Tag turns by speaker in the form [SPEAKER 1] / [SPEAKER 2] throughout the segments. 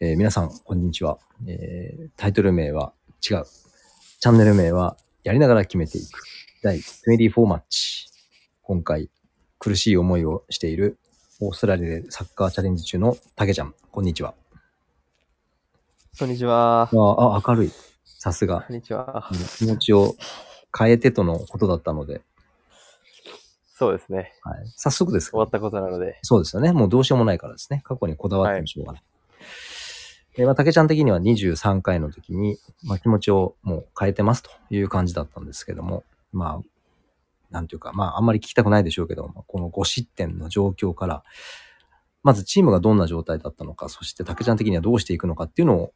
[SPEAKER 1] えー皆さん、こんにちは、えータイトル名は違う。チャンネル名はやりながら決めていく。第24マッチ。今回、苦しい思いをしているオーストラリアでサッカーチャレンジ中のたけちゃん、こんにちは。
[SPEAKER 2] こんにちは。
[SPEAKER 1] ああ、明るい。さすが
[SPEAKER 2] こ。んにちは。
[SPEAKER 1] 気持ちを変えてとのことだったので、
[SPEAKER 2] そうですね。
[SPEAKER 1] はい、早速です
[SPEAKER 2] 終わったことなので。
[SPEAKER 1] そうですよね。もうどうしようもないからですね。過去にこだわってもしょうがない。えーまあ、竹ちゃん的には23回の時に、まあ、気持ちをもう変えてますという感じだったんですけども、まあ、なんていうか、まあ、あんまり聞きたくないでしょうけども、この5失点の状況から、まずチームがどんな状態だったのか、そして竹ちゃん的にはどうしていくのかっていうのを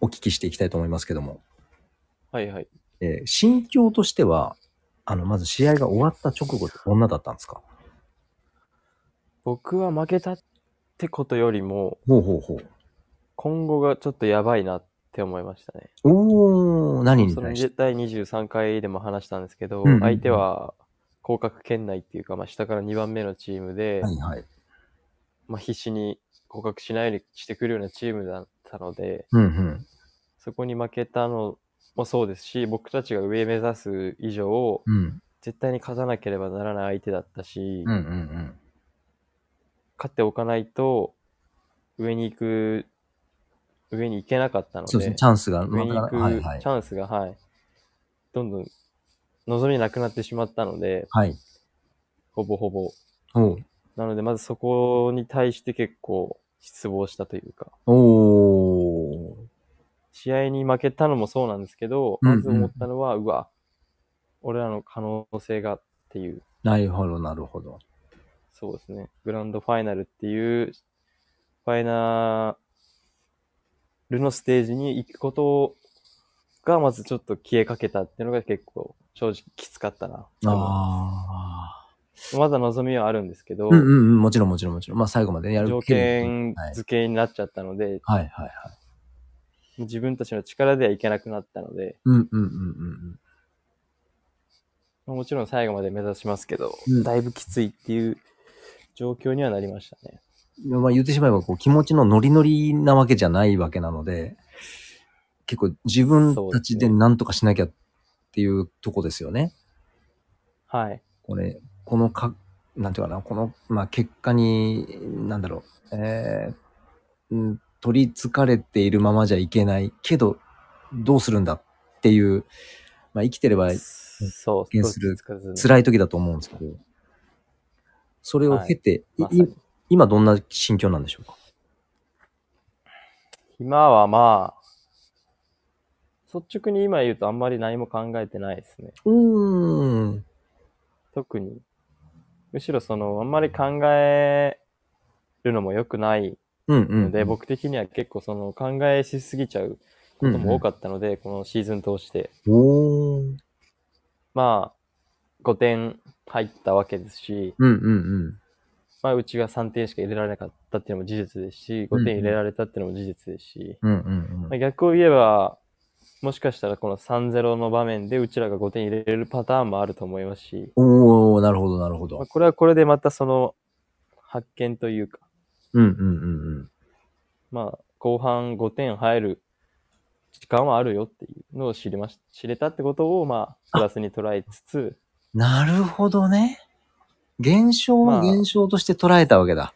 [SPEAKER 1] お聞きしていきたいと思いますけども、
[SPEAKER 2] はいはい。
[SPEAKER 1] えー心境としては、あの、まず試合が終わった直後ってどんなだったんですか
[SPEAKER 2] 僕は負けたってことよりも、
[SPEAKER 1] ほうほうほう。
[SPEAKER 2] 今後がちょっとやばいなって思いましたね。
[SPEAKER 1] おー、何に
[SPEAKER 2] その
[SPEAKER 1] 対して
[SPEAKER 2] 第23回でも話したんですけど、
[SPEAKER 1] うんうん
[SPEAKER 2] 相手は降格圏内っていうか、まあ、下から2番目のチームで、
[SPEAKER 1] はいはい。
[SPEAKER 2] まあ、必死に降格しないようにしてくるようなチームだったので、
[SPEAKER 1] うんうん。
[SPEAKER 2] そこに負けたのもそうですし、僕たちが上目指す以上、
[SPEAKER 1] うん。
[SPEAKER 2] 絶対に勝たなければならない相手だったし、
[SPEAKER 1] うんうん
[SPEAKER 2] 勝っておかないと上に行く上に行けなかった
[SPEAKER 1] う
[SPEAKER 2] の
[SPEAKER 1] ん。
[SPEAKER 2] で
[SPEAKER 1] そうですね。チャンスが、
[SPEAKER 2] 上に行く、
[SPEAKER 1] はいはい
[SPEAKER 2] チ。ャンスがはいどんどん望みなくなってしまったので
[SPEAKER 1] はい。
[SPEAKER 2] ほぼほぼ
[SPEAKER 1] おう
[SPEAKER 2] なのでまずそこに対して結構失望したというか
[SPEAKER 1] おー
[SPEAKER 2] 試合に負けたのもそうなんですけど、
[SPEAKER 1] うんうん
[SPEAKER 2] まず思ったのはうわ俺らの可能性がっていう
[SPEAKER 1] なるほど、なるほど。
[SPEAKER 2] そうですね。グランドファイナルっていう、ファイナルのステージに行くことが、まずちょっと消えかけたっていうのが結構、正直きつかったな。
[SPEAKER 1] ああ。
[SPEAKER 2] まだ望みはあるんですけど、
[SPEAKER 1] うんうんうん。もちろんもちろんもちろん。まあ最後までやる
[SPEAKER 2] 条
[SPEAKER 1] けれど
[SPEAKER 2] 件
[SPEAKER 1] はい
[SPEAKER 2] 付けになっちゃったので、
[SPEAKER 1] はいはいはい。
[SPEAKER 2] 自分たちの力ではいけなくなったので、
[SPEAKER 1] うんうんうんうん
[SPEAKER 2] もちろん最後まで目指しますけど、
[SPEAKER 1] うん
[SPEAKER 2] だいぶきついっていう状況にはなりましたね。
[SPEAKER 1] うん。まあ言ってしまえば、こう、気持ちのノリノリなわけじゃないわけなので、結構自分たちで何とかしなきゃっていうとこですよね。
[SPEAKER 2] はい。
[SPEAKER 1] これ、このか、なんていうかな、この、まあ、結果に、なんだろう、えーうん、取りつかれているままじゃいけないけど、どうするんだっていう、まあ、生きてれば
[SPEAKER 2] そう、
[SPEAKER 1] 減する
[SPEAKER 2] どっちつかずに
[SPEAKER 1] 辛い時だと思うんですけど、それを経て、い
[SPEAKER 2] まさに
[SPEAKER 1] 今どんな心境なんでしょうか
[SPEAKER 2] 今はまあ、率直に今言うとあんまり何も考えてないですね。
[SPEAKER 1] うーん。
[SPEAKER 2] 特に。むしろその、あんまり考えるのも良くない
[SPEAKER 1] うんうんう
[SPEAKER 2] の
[SPEAKER 1] ん。
[SPEAKER 2] で、僕的には結構その考えしすぎちゃうことも多かったので、このシーズン通して。
[SPEAKER 1] おー
[SPEAKER 2] まあ、5点入ったわけですし、
[SPEAKER 1] うんうんうん。
[SPEAKER 2] まあ、うちが3点しか入れられなかったっていうのも事実ですし、5点入れられたっていうのも事実ですし、
[SPEAKER 1] うんうん
[SPEAKER 2] まあ逆を言えば、もしかしたらこの3-0の場面でうちらが5点入れるパターンもあると思いますし、
[SPEAKER 1] うん。おー、なるほどなるほ
[SPEAKER 2] まあ、
[SPEAKER 1] ど。
[SPEAKER 2] これはこれでまたその発見というか、
[SPEAKER 1] うんうんうんうん。
[SPEAKER 2] まあ、後半5点入る時間はあるよっていうのを知りまし知れたってことを、まあ、プラスに捉えつつ、
[SPEAKER 1] なるほどね。現象を
[SPEAKER 2] まあ
[SPEAKER 1] 現象として捉えたわけだ。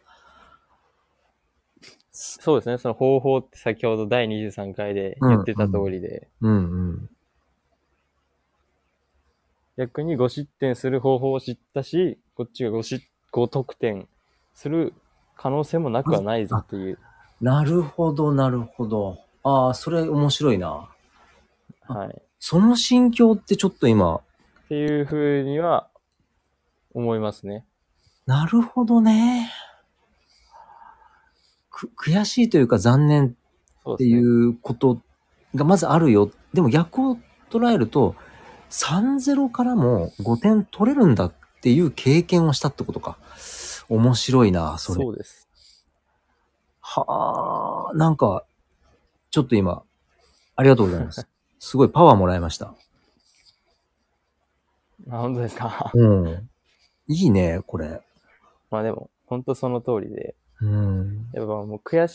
[SPEAKER 2] そうですね、その方法って先ほど第23回で言ってた通りで、
[SPEAKER 1] うんうん。
[SPEAKER 2] 逆に5失点する方法を知ったし、こっちが 5, 失5得点する可能性もなくはないぞっていう。
[SPEAKER 1] なるほど、なるほど。ああ、それ面白いな。あ
[SPEAKER 2] はい
[SPEAKER 1] その心境ってちょっと今、
[SPEAKER 2] っていうふうには思いますね。
[SPEAKER 1] なるほどね。く悔しいというか残念
[SPEAKER 2] そう
[SPEAKER 1] って
[SPEAKER 2] です
[SPEAKER 1] い
[SPEAKER 2] ね。
[SPEAKER 1] うことがまずあるよ。でも逆を捉えると、3-0からも5点取れるんだっていう経験をしたってことか。面白いな、それ。
[SPEAKER 2] そうです。
[SPEAKER 1] はあ、なんか、ちょっと今、ありがとうござい ます。すごいパワーもらいました。
[SPEAKER 2] あ、本当ですか。
[SPEAKER 1] うん。いいね、これ。
[SPEAKER 2] まあでも、本当その通りで、
[SPEAKER 1] うん。
[SPEAKER 2] やっぱもう悔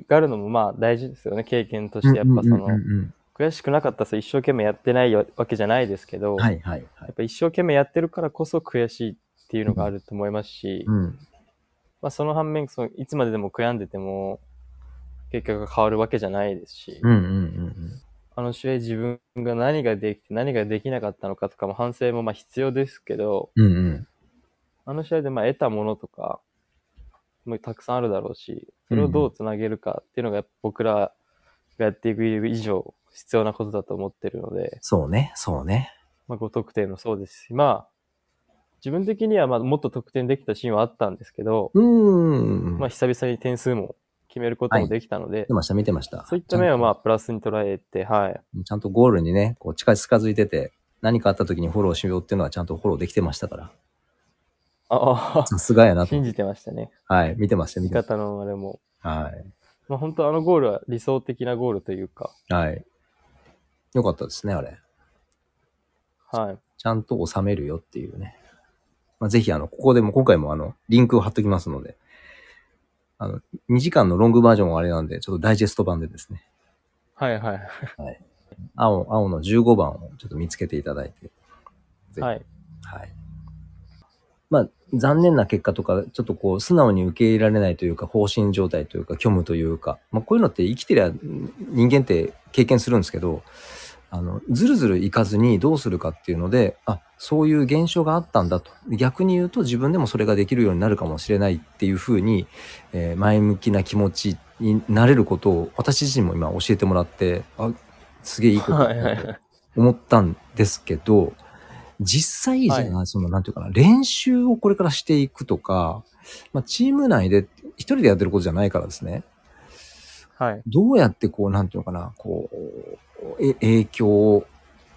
[SPEAKER 2] しがるのもまあ大事ですよね、経験として。やっぱ
[SPEAKER 1] う
[SPEAKER 2] そ
[SPEAKER 1] んうん
[SPEAKER 2] の、
[SPEAKER 1] うん
[SPEAKER 2] 悔しくなかったらさ一生懸命やってないわけじゃないですけど、
[SPEAKER 1] うん。はいはいは
[SPEAKER 2] や
[SPEAKER 1] い
[SPEAKER 2] っ。ぱ一生懸命やってるからこそ悔しいっていうのがあると思いますし、
[SPEAKER 1] うん。
[SPEAKER 2] まあその反面、そのいつまででも悔やんでても、結果が変わるわけじゃないですし、
[SPEAKER 1] うんうんうん
[SPEAKER 2] あの試合自分が何ができて何ができなかったのかとかも反省もまあ必要ですけど、
[SPEAKER 1] うん。うんうん。
[SPEAKER 2] あの試合でまあ得たものとか、もうたくさんあるだろうし、それをどうつなげるかっていうのが僕らがやっていく以上必要なことだと思ってるので、
[SPEAKER 1] そうね、そうね。
[SPEAKER 2] まあ5得点もそうですし、まあ自分的にはまあもっと得点できたシーンはあったんですけど、
[SPEAKER 1] うーん。
[SPEAKER 2] まあ久々に点数も決めることもできたので、
[SPEAKER 1] 見てました、見てました。
[SPEAKER 2] そういった面はまあプラスに捉えて、はい。
[SPEAKER 1] ちゃんとゴールにね、こう近づいてて、何かあった時にフォローしようっていうのはちゃんとフォローできてましたから。
[SPEAKER 2] あ
[SPEAKER 1] さすがや
[SPEAKER 2] あ、
[SPEAKER 1] なと。
[SPEAKER 2] 信じてましたね。
[SPEAKER 1] はい、見てました、見
[SPEAKER 2] 味
[SPEAKER 1] てまし
[SPEAKER 2] 方のあれも。
[SPEAKER 1] た。はい。
[SPEAKER 2] まあ本当あのゴールは理想的なゴールというか、
[SPEAKER 1] はい。よかったですね、あれ。
[SPEAKER 2] はい。
[SPEAKER 1] ちゃんと収めるよっていうね。まあ、ぜひ、あの、ここでも、今回もあの、リンクを貼っときますので、あの、2時間のロングバージョンはあれなんで、ちょっとダイジェスト版でですね、
[SPEAKER 2] はいはい。
[SPEAKER 1] 青、青の15番をちょっと見つけていただいて、ぜひ
[SPEAKER 2] はい。
[SPEAKER 1] はい。まあ、残念な結果とか、ちょっとこう、素直に受け入れられないというか、放心状態というか、虚無というか、まあ、こういうのって生きてりゃん人間って経験するんですけど、あの、ずるずるいかずにどうするかっていうので、あ、そういう現象があったんだと。逆に言うと自分でもそれができるようになるかもしれないっていうふうに、えー前向きな気持ちになれることを私自身も今教えてもらって、あ、すげえいいこと
[SPEAKER 2] は
[SPEAKER 1] だ
[SPEAKER 2] い
[SPEAKER 1] な
[SPEAKER 2] は
[SPEAKER 1] と
[SPEAKER 2] いはい。
[SPEAKER 1] 思ったんですけど、実際じゃあ、その、なんていうかな、練習をこれからしていくとか、まあ、チーム内で一人でやってることじゃないからですね、
[SPEAKER 2] はい。
[SPEAKER 1] どうやってこう、なんていうのかな、こう、え影響を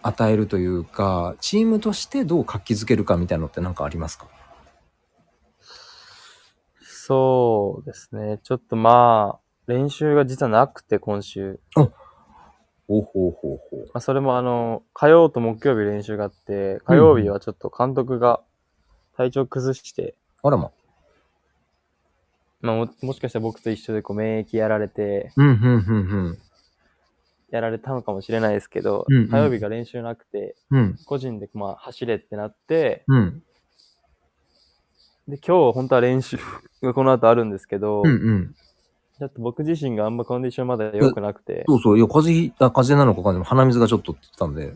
[SPEAKER 1] 与えるというか、チームとしてどう活気づけるかみたいなのってなんかありますか
[SPEAKER 2] そうですね。ちょっとまあ、練習が実はなくて今週。
[SPEAKER 1] ほうほうほうほ
[SPEAKER 2] まあ、それもあの、火曜と木曜日練習があって、火曜日はちょっと監督が体調崩して、
[SPEAKER 1] う。あらま。
[SPEAKER 2] まあももしかしたら僕と一緒でこう免疫やられて、
[SPEAKER 1] うん、うん、うん、
[SPEAKER 2] やられたのかもしれないですけど、
[SPEAKER 1] うんうん
[SPEAKER 2] 火曜日が練習なくて、
[SPEAKER 1] うん。うん、
[SPEAKER 2] 個人でまあ走れってなって、
[SPEAKER 1] うん、
[SPEAKER 2] で、今日本当は練習がこの後あるんですけ
[SPEAKER 1] う
[SPEAKER 2] ど、
[SPEAKER 1] ん、うん。
[SPEAKER 2] ちょっと僕自身があんまコンディションまだ良くなくて、
[SPEAKER 1] そうそう、いや、風邪ひ、あ、風邪なのかわかんない。鼻水がちょっとって言ってたんで。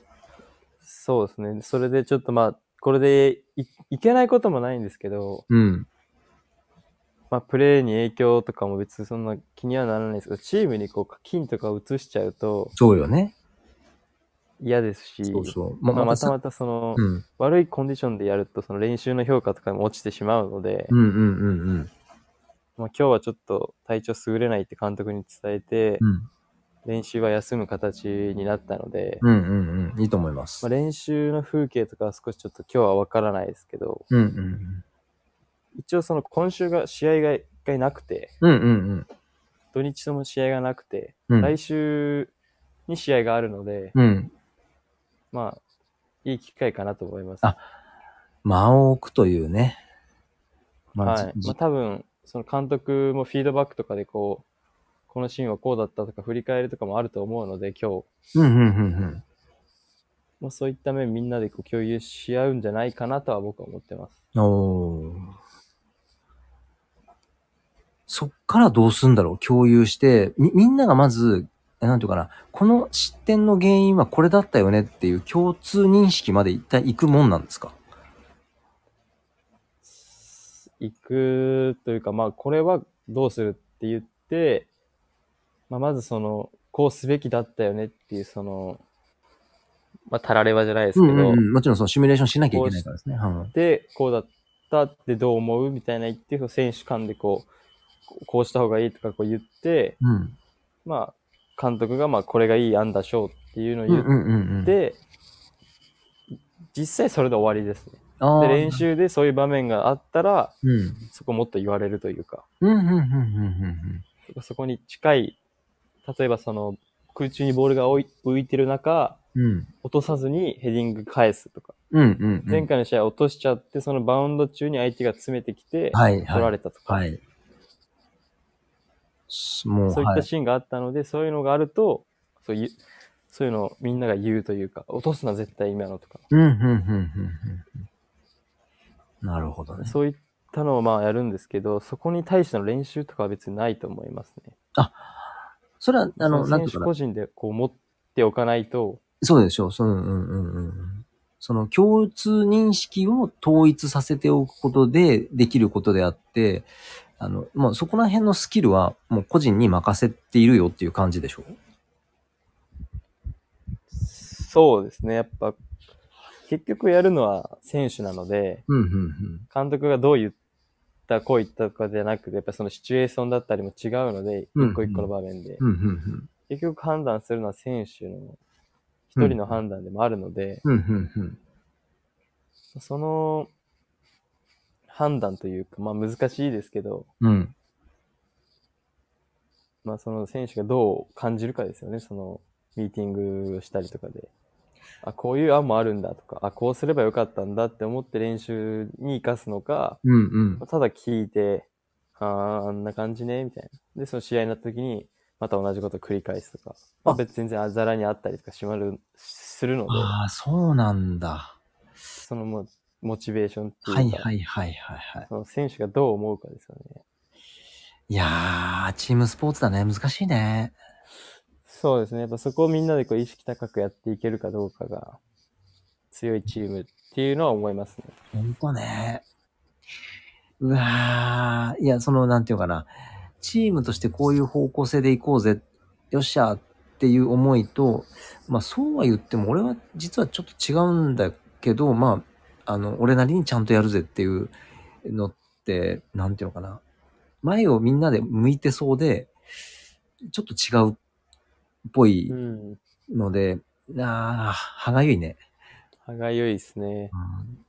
[SPEAKER 2] そうですね。それでちょっとまあ、これでいいけないこともないんですけど、
[SPEAKER 1] うん、
[SPEAKER 2] まあ、プレーに影響とかも別にそんな気にはならないですけど、チームにこう、金とか移しちゃうと
[SPEAKER 1] そうよね。
[SPEAKER 2] 嫌ですし、
[SPEAKER 1] そうそう。
[SPEAKER 2] まあ、また
[SPEAKER 1] さ
[SPEAKER 2] またその、
[SPEAKER 1] うん。
[SPEAKER 2] 悪いコンディションでやると、その練習の評価とかも落ちてしまうので、
[SPEAKER 1] うんうんうんうん。
[SPEAKER 2] まあ、今日はちょっと体調優れないって監督に伝えて、
[SPEAKER 1] うん
[SPEAKER 2] 練習は休む形になったので、
[SPEAKER 1] うんうんうん。いいと思います。
[SPEAKER 2] まあ、練習の風景とかは少しちょっと今日はわからないですけど、
[SPEAKER 1] うんうん
[SPEAKER 2] 一応その今週が試合が一回なくて、
[SPEAKER 1] うん。うんうん
[SPEAKER 2] 土日とも試合がなくて、
[SPEAKER 1] うん。
[SPEAKER 2] 来週に試合があるので、
[SPEAKER 1] うん。
[SPEAKER 2] まあ、いい機会かなと思います。
[SPEAKER 1] あ間を置くというね。まあ、
[SPEAKER 2] は
[SPEAKER 1] じ
[SPEAKER 2] い。
[SPEAKER 1] じ
[SPEAKER 2] まあ、多分、その監督もフィードバックとかでこう、このシーンはこうだったとか振り返りとかもあると思うので、今日、
[SPEAKER 1] うんうんうんうん。
[SPEAKER 2] もうそういった面みんなでこう共有し合うんじゃないかなとは僕は思ってます。
[SPEAKER 1] おーそっからどうすんだろう共有して、み、みんながまず、えなんていうかな、この失点の原因はこれだったよねっていう共通認識まで一体行くもんなんですか
[SPEAKER 2] 行くというか、まあ、これはどうするって言って、まあ、まずその、こうすべきだったよねっていう、その、まあ、たらればじゃないですけど、
[SPEAKER 1] うんうんうん。もちろんそのシミュレーションしなきゃいけないからですね。うん
[SPEAKER 2] で、こうだったってどう思うみたいな言って、選手間でこう、こうした方がいいとかこう言って、
[SPEAKER 1] うん。
[SPEAKER 2] まあ、監督がまあ、これがいい案だしょうっていうのを
[SPEAKER 1] うん
[SPEAKER 2] 言
[SPEAKER 1] う
[SPEAKER 2] っ
[SPEAKER 1] んうんうん。
[SPEAKER 2] て、実際それで終わりですね。
[SPEAKER 1] あー、
[SPEAKER 2] で、練習でそういう場面があったら、
[SPEAKER 1] うん。
[SPEAKER 2] そこもっと言われるというか、
[SPEAKER 1] うんうんうんうんうん
[SPEAKER 2] そこに近い、例えばその空中にボールが浮い浮いてる中、
[SPEAKER 1] うん。うん。
[SPEAKER 2] 落とさずにヘディング返すとか、
[SPEAKER 1] うんうんうん。
[SPEAKER 2] 前回の試合落としちゃって、そのバウンド中に相手が詰めてきて、
[SPEAKER 1] はい
[SPEAKER 2] 取
[SPEAKER 1] は
[SPEAKER 2] ら
[SPEAKER 1] い。
[SPEAKER 2] れたとか、
[SPEAKER 1] はい。もう、
[SPEAKER 2] そういっ
[SPEAKER 1] は
[SPEAKER 2] た
[SPEAKER 1] い。
[SPEAKER 2] シーンがあったので、そういうのがあると、そういう、そういうのをみんなが言うというか、落とすな絶対今のとか、
[SPEAKER 1] うん、うん、うん、うんうん。なるほどね。
[SPEAKER 2] そういったのをまあやるんですけど、そこに対しての練習とかは別にないと思いますね。
[SPEAKER 1] それは、あの、
[SPEAKER 2] そ
[SPEAKER 1] な
[SPEAKER 2] の
[SPEAKER 1] ん
[SPEAKER 2] 選
[SPEAKER 1] てい
[SPEAKER 2] 手
[SPEAKER 1] うかな
[SPEAKER 2] 個人でこう持っておかないと、
[SPEAKER 1] そうでしょう。そう、うん、うん、うんうん。その共通認識を統一させておくことでできることであって、あの、もうそこら辺のスキルはもう個人に任せているよっていう感じでしょう
[SPEAKER 2] そうですね、やっぱ、結局やるのは選手なので、
[SPEAKER 1] うん、うん、うん。
[SPEAKER 2] 監督がどう言った、こう言ったとかじゃなくて、やっぱそのシチュエーションだったりも違うので、
[SPEAKER 1] うん
[SPEAKER 2] 一個一個の場面で、
[SPEAKER 1] うん、うん、
[SPEAKER 2] 結局判断するのは選手の一人の判断でもあるので、
[SPEAKER 1] うん。うん、うん、うん。
[SPEAKER 2] その判断というか、まあ難しいですけど、
[SPEAKER 1] うん。
[SPEAKER 2] まあその選手がどう感じるかですよね、そのミーティングをしたりとかで。あ、こういう案もあるんだとか、あ、こうすればよかったんだって思って練習に活かすのか、
[SPEAKER 1] うん、うん。
[SPEAKER 2] ただ聞いて、ああ、あんな感じね、みたいな。で、その試合になった時に、また同じことを繰り返すとか、まあ、
[SPEAKER 1] あ
[SPEAKER 2] 別に全然あざらにあったりとかしまる、するので、
[SPEAKER 1] ああ、そうなんだ。
[SPEAKER 2] そのもモチベーションっていうか、
[SPEAKER 1] はいはいはいはいはい。
[SPEAKER 2] その選手がどう思うかですよね。
[SPEAKER 1] いやー、チームスポーツだね。難しいね。
[SPEAKER 2] そうですね。やっぱそこをみんなでこう意識高くやっていけるかどうかが、強いチームっていうのは思いますね。
[SPEAKER 1] ほんとね。うわー、いや、その、なんていうかな。チームとしてこういう方向性で行こうぜ。よっしゃーっていう思いと、まあそうは言っても、俺は実はちょっと違うんだけど、まあ、あの、俺なりにちゃんとやるぜっていうのって、なんていうのかな。前をみんなで向いてそうで、ちょっと違うっぽい
[SPEAKER 2] うん。
[SPEAKER 1] ので、ああ、歯がゆいね。
[SPEAKER 2] 歯がゆいですね。
[SPEAKER 1] うん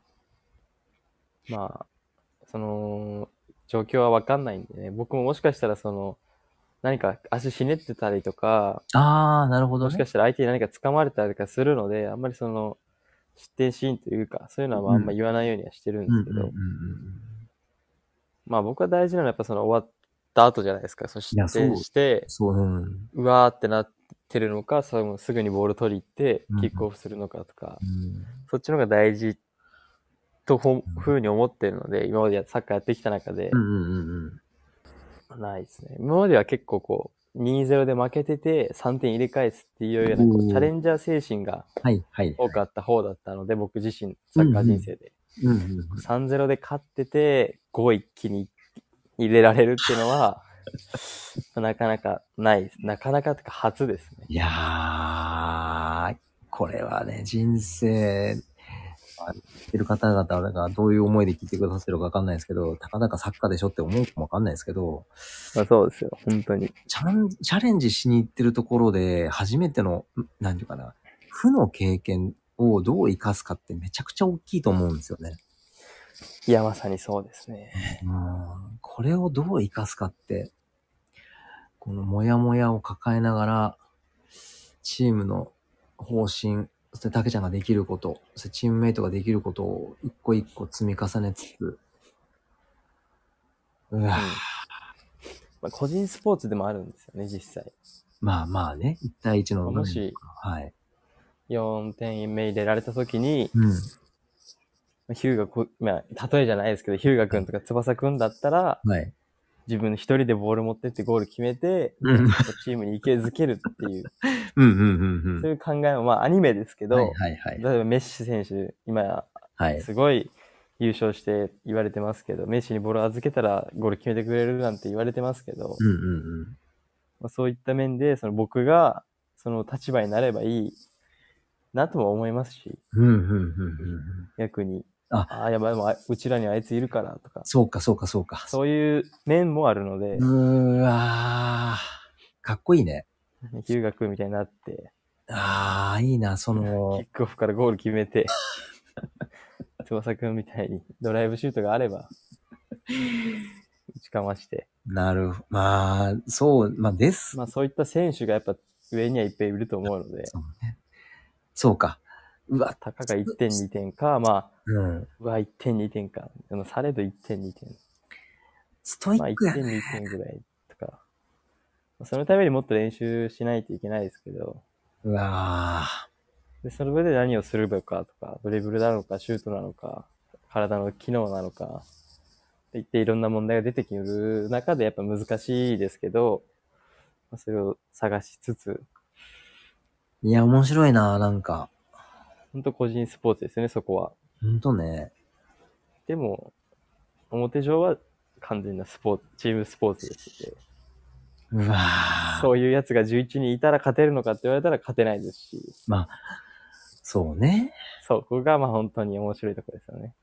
[SPEAKER 2] まあ、その、状況はわかんないんでね。僕ももしかしたらその、何か足ひねってたりとか、
[SPEAKER 1] ああ、なるほど
[SPEAKER 2] もしか
[SPEAKER 1] ね。
[SPEAKER 2] したら相手に何か掴まれたりとかするので、あんまりその、失点シーンというか、そういうのはまああんま言わないようにはしてるん
[SPEAKER 1] うん
[SPEAKER 2] です
[SPEAKER 1] うん
[SPEAKER 2] け
[SPEAKER 1] うん
[SPEAKER 2] ど、
[SPEAKER 1] うん
[SPEAKER 2] まあ僕は大事なのはやっぱその終わった後じゃないですか。その失
[SPEAKER 1] いやそう
[SPEAKER 2] 点して、
[SPEAKER 1] そう、うん。
[SPEAKER 2] うわーってなってるのか、そのすぐにボール取り行って
[SPEAKER 1] うん、
[SPEAKER 2] キックオフするのかとか、
[SPEAKER 1] うん
[SPEAKER 2] そっちの方が大事とほ
[SPEAKER 1] うん
[SPEAKER 2] ふうに思ってるので、今までやサッカーやってきた中で
[SPEAKER 1] う、んうんうんうん。
[SPEAKER 2] ないですね。今までは結構こう、2-0で負けてて、3点入れ返すっていうようなこ
[SPEAKER 1] おー
[SPEAKER 2] うチャレンジャー精神が
[SPEAKER 1] はいはい。
[SPEAKER 2] 多かった方だったので、僕自身、サッカー人生で。
[SPEAKER 1] うんうんうん
[SPEAKER 2] 3-0で勝ってて、5一気に入れられるっていうのは、 なかなかないです。なかなかというか初ですね。
[SPEAKER 1] いやー、これはね、人生、まあ聞いてる方々がどういう思いで聞いてくださってるかわかんないですけど、たかだかサッカーでしょって思うかもわかんないですけど、
[SPEAKER 2] まあ、そうですよ、本当に。
[SPEAKER 1] チャンチャレンジしに行ってるところで、初めての、んなんていうかな、負の経験をどう生かすかってめちゃくちゃ大きいと思うんですよね。
[SPEAKER 2] いや、まさにそうですね。
[SPEAKER 1] うんこれをどう生かすかって、このモヤモヤを抱えながら、チームの方針、そして竹ちゃんができること、そしてチームメイトができることを一個一個積み重ねつつ、う
[SPEAKER 2] うん
[SPEAKER 1] わ、
[SPEAKER 2] まあ、個人スポーツでもあるんですよね、実際。
[SPEAKER 1] まあまあね、1対1の。
[SPEAKER 2] もし、
[SPEAKER 1] はい。
[SPEAKER 2] 4点目入れられた時に、
[SPEAKER 1] うん。
[SPEAKER 2] ヒューガこ、まあ、例えじゃないですけど、ヒューガ君とか翼君だったら、
[SPEAKER 1] はい。
[SPEAKER 2] 自分一人でボール持ってってゴール決めて、
[SPEAKER 1] うん
[SPEAKER 2] チームに勢いづけるっていう、
[SPEAKER 1] うんうんうん
[SPEAKER 2] そうういう考えも、まあアニメですけ
[SPEAKER 1] ん。
[SPEAKER 2] ど、
[SPEAKER 1] はいはいはい。
[SPEAKER 2] 例えばメッシ選手、今や
[SPEAKER 1] はい。
[SPEAKER 2] すごい優勝して言われてますけど、メッシにボール預けたらゴール決めてくれるなんて言われてますけど、
[SPEAKER 1] うんうんうん。
[SPEAKER 2] まあ、そういった面で、その僕がその立場になればいいなとも思いますし、
[SPEAKER 1] うんうんうんうんうん。
[SPEAKER 2] 逆に、
[SPEAKER 1] あ
[SPEAKER 2] ああ、やばい、でもあうちらにはあいついるからとか、
[SPEAKER 1] そうかそうかそうか。
[SPEAKER 2] そういう面もあるので、
[SPEAKER 1] うーわー。かっこいいね。
[SPEAKER 2] ヒューガ君みたいになって、
[SPEAKER 1] ああ、いいな、そ
[SPEAKER 2] キ
[SPEAKER 1] の
[SPEAKER 2] ッ、クオフからゴール決 めて、翼くんみたいにドライブシュートがあれば、打ちかまして。
[SPEAKER 1] なる、まあ、そう、まあ、です。
[SPEAKER 2] まあそういった選手がやっぱ上にはいっぱいいると思うので、
[SPEAKER 1] そうね。そうか。うわ、
[SPEAKER 2] たかが1点2点か、まあ、
[SPEAKER 1] うん。
[SPEAKER 2] うわ、1点2点か、あのされど1点2点。
[SPEAKER 1] ストイ
[SPEAKER 2] まあ
[SPEAKER 1] ッ
[SPEAKER 2] 1
[SPEAKER 1] クや
[SPEAKER 2] 点
[SPEAKER 1] ね。
[SPEAKER 2] 2点ぐらいとか。そのためにもっと練習しないといけないですけど、
[SPEAKER 1] うわあ
[SPEAKER 2] でその上で何をするのかとか、ドリブルなのか、シュートなのか、体の機能なのか、っていっていろんな問題が出てくる中でやっぱ難しいですけど、まあそれを探しつつ、
[SPEAKER 1] いや、面白いな、なんか。
[SPEAKER 2] 本当個人スポーツですね、そこは。
[SPEAKER 1] ほんとね。
[SPEAKER 2] でも、表上は完全なスポーツ、チームスポーツですので
[SPEAKER 1] うわあ
[SPEAKER 2] そういうやつが11人いたら勝てるのかって言われたら勝てないですし、
[SPEAKER 1] そうね。
[SPEAKER 2] そこがまあ本当に面白いところですよね。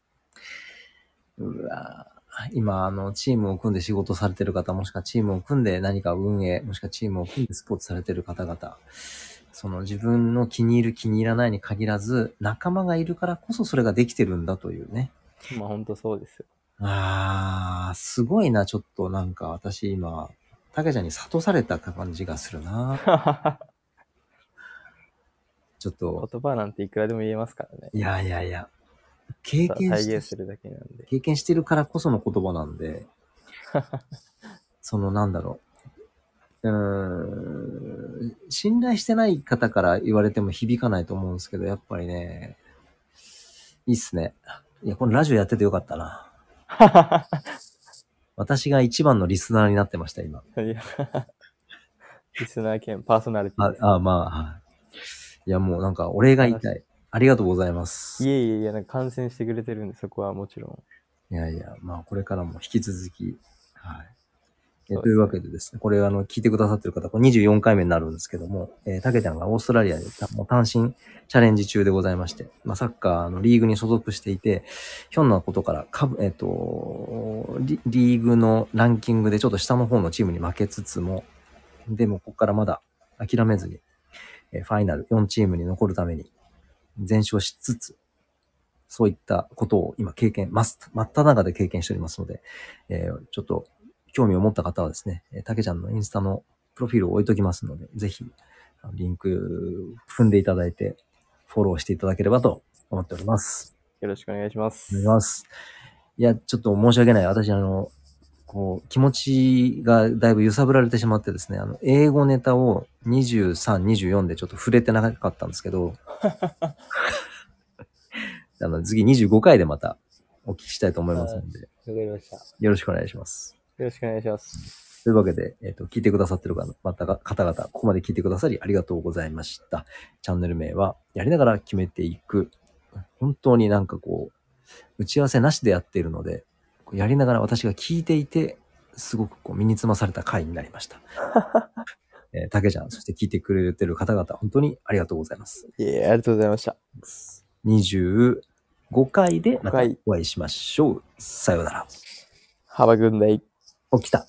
[SPEAKER 1] うわぁ今、あの、チームを組んで仕事されてる方、もしくはチームを組んで何か運営、もしくはチームを組んでスポーツされてる方々、その自分の気に入る気に入らないに限らず、仲間がいるからこそそれができてるんだというね。
[SPEAKER 2] まあ本当そう ですよ。。
[SPEAKER 1] あー、すごいな、ちょっとなんか私今、たけちゃんに諭された感じがするな
[SPEAKER 2] 言
[SPEAKER 1] ちょっと、
[SPEAKER 2] 葉なんていくらでも言えますからね。
[SPEAKER 1] いやいやいや、経
[SPEAKER 2] た
[SPEAKER 1] 験し
[SPEAKER 2] 体
[SPEAKER 1] て
[SPEAKER 2] 現するだけなんで。
[SPEAKER 1] 経験してるからこその言葉なんで、 そのなんだろう。うーん、信頼してない方から言われても響かないと思うんですけど、やっぱりね、いいっすね。いや、このラジオやっててよかったな。私が一番のリスナーになってました、今。
[SPEAKER 2] いやリスナー兼パーソナリティ
[SPEAKER 1] あ
[SPEAKER 2] です。
[SPEAKER 1] あ、まあ、はい。いや、もうなんかお礼が言いたい。ありがとうございます。
[SPEAKER 2] いえいえいえ、なんか感染してくれてるんで、そこはもちろん。
[SPEAKER 1] いやいや、まあこれからも引き続き、はい。え
[SPEAKER 2] そう
[SPEAKER 1] と
[SPEAKER 2] ですね
[SPEAKER 1] いうわけでですね、これあの、聞いてくださってる方、これ24回目になるんですけども、えー、たけちゃんがオーストラリアでたもう単身チャレンジ中でございまして、まあ、サッカーのリーグに所属していて、ひょんなことからかぶ、えっ、とリ、リーグのランキングでちょっと下の方のチームに負けつつも、でもここからまだ諦めずに、えーファイナル4チームに残るために全勝しつつ、そういったことを今経験、ます真っ只中で経験しておりますので、えーちょっと興味を持った方はですね、えーたけちゃんのインスタのプロフィールを置いときますので、ぜひ、あのリンク踏んでいただいて、フォローしていただければと思っております。
[SPEAKER 2] よろしくお願いします。
[SPEAKER 1] お願いします。いや、ちょっと申し訳ない。私、あの、こう、気持ちがだいぶ揺さぶられてしまってですね、あの、英語ネタを23、24でちょっと触れてなかったんですけど、 あの、次25回でまたお聞きしたいと思いますので、
[SPEAKER 2] わかりました。よ
[SPEAKER 1] よろしくお願いします。
[SPEAKER 2] ろしくお願いします。
[SPEAKER 1] というわけで、えっ、と、聞いてくださってる方またが方々、ここまで聞いてくださりありがとうございました。チャンネル名は、やりながら決めていく。本当になんかこう、打ち合わせなしでやっているので、こうやりながら私が聞いていて、すごくこう身につまされた回になりました。えー、たけちゃん、そして聞いてくれてる方々、本当にありがとうございます。
[SPEAKER 2] いえ、ありがとうございました。
[SPEAKER 1] 25回でまた
[SPEAKER 2] はい
[SPEAKER 1] お会いしましょう。さようなら。
[SPEAKER 2] 幅軍隊。
[SPEAKER 1] 起きた。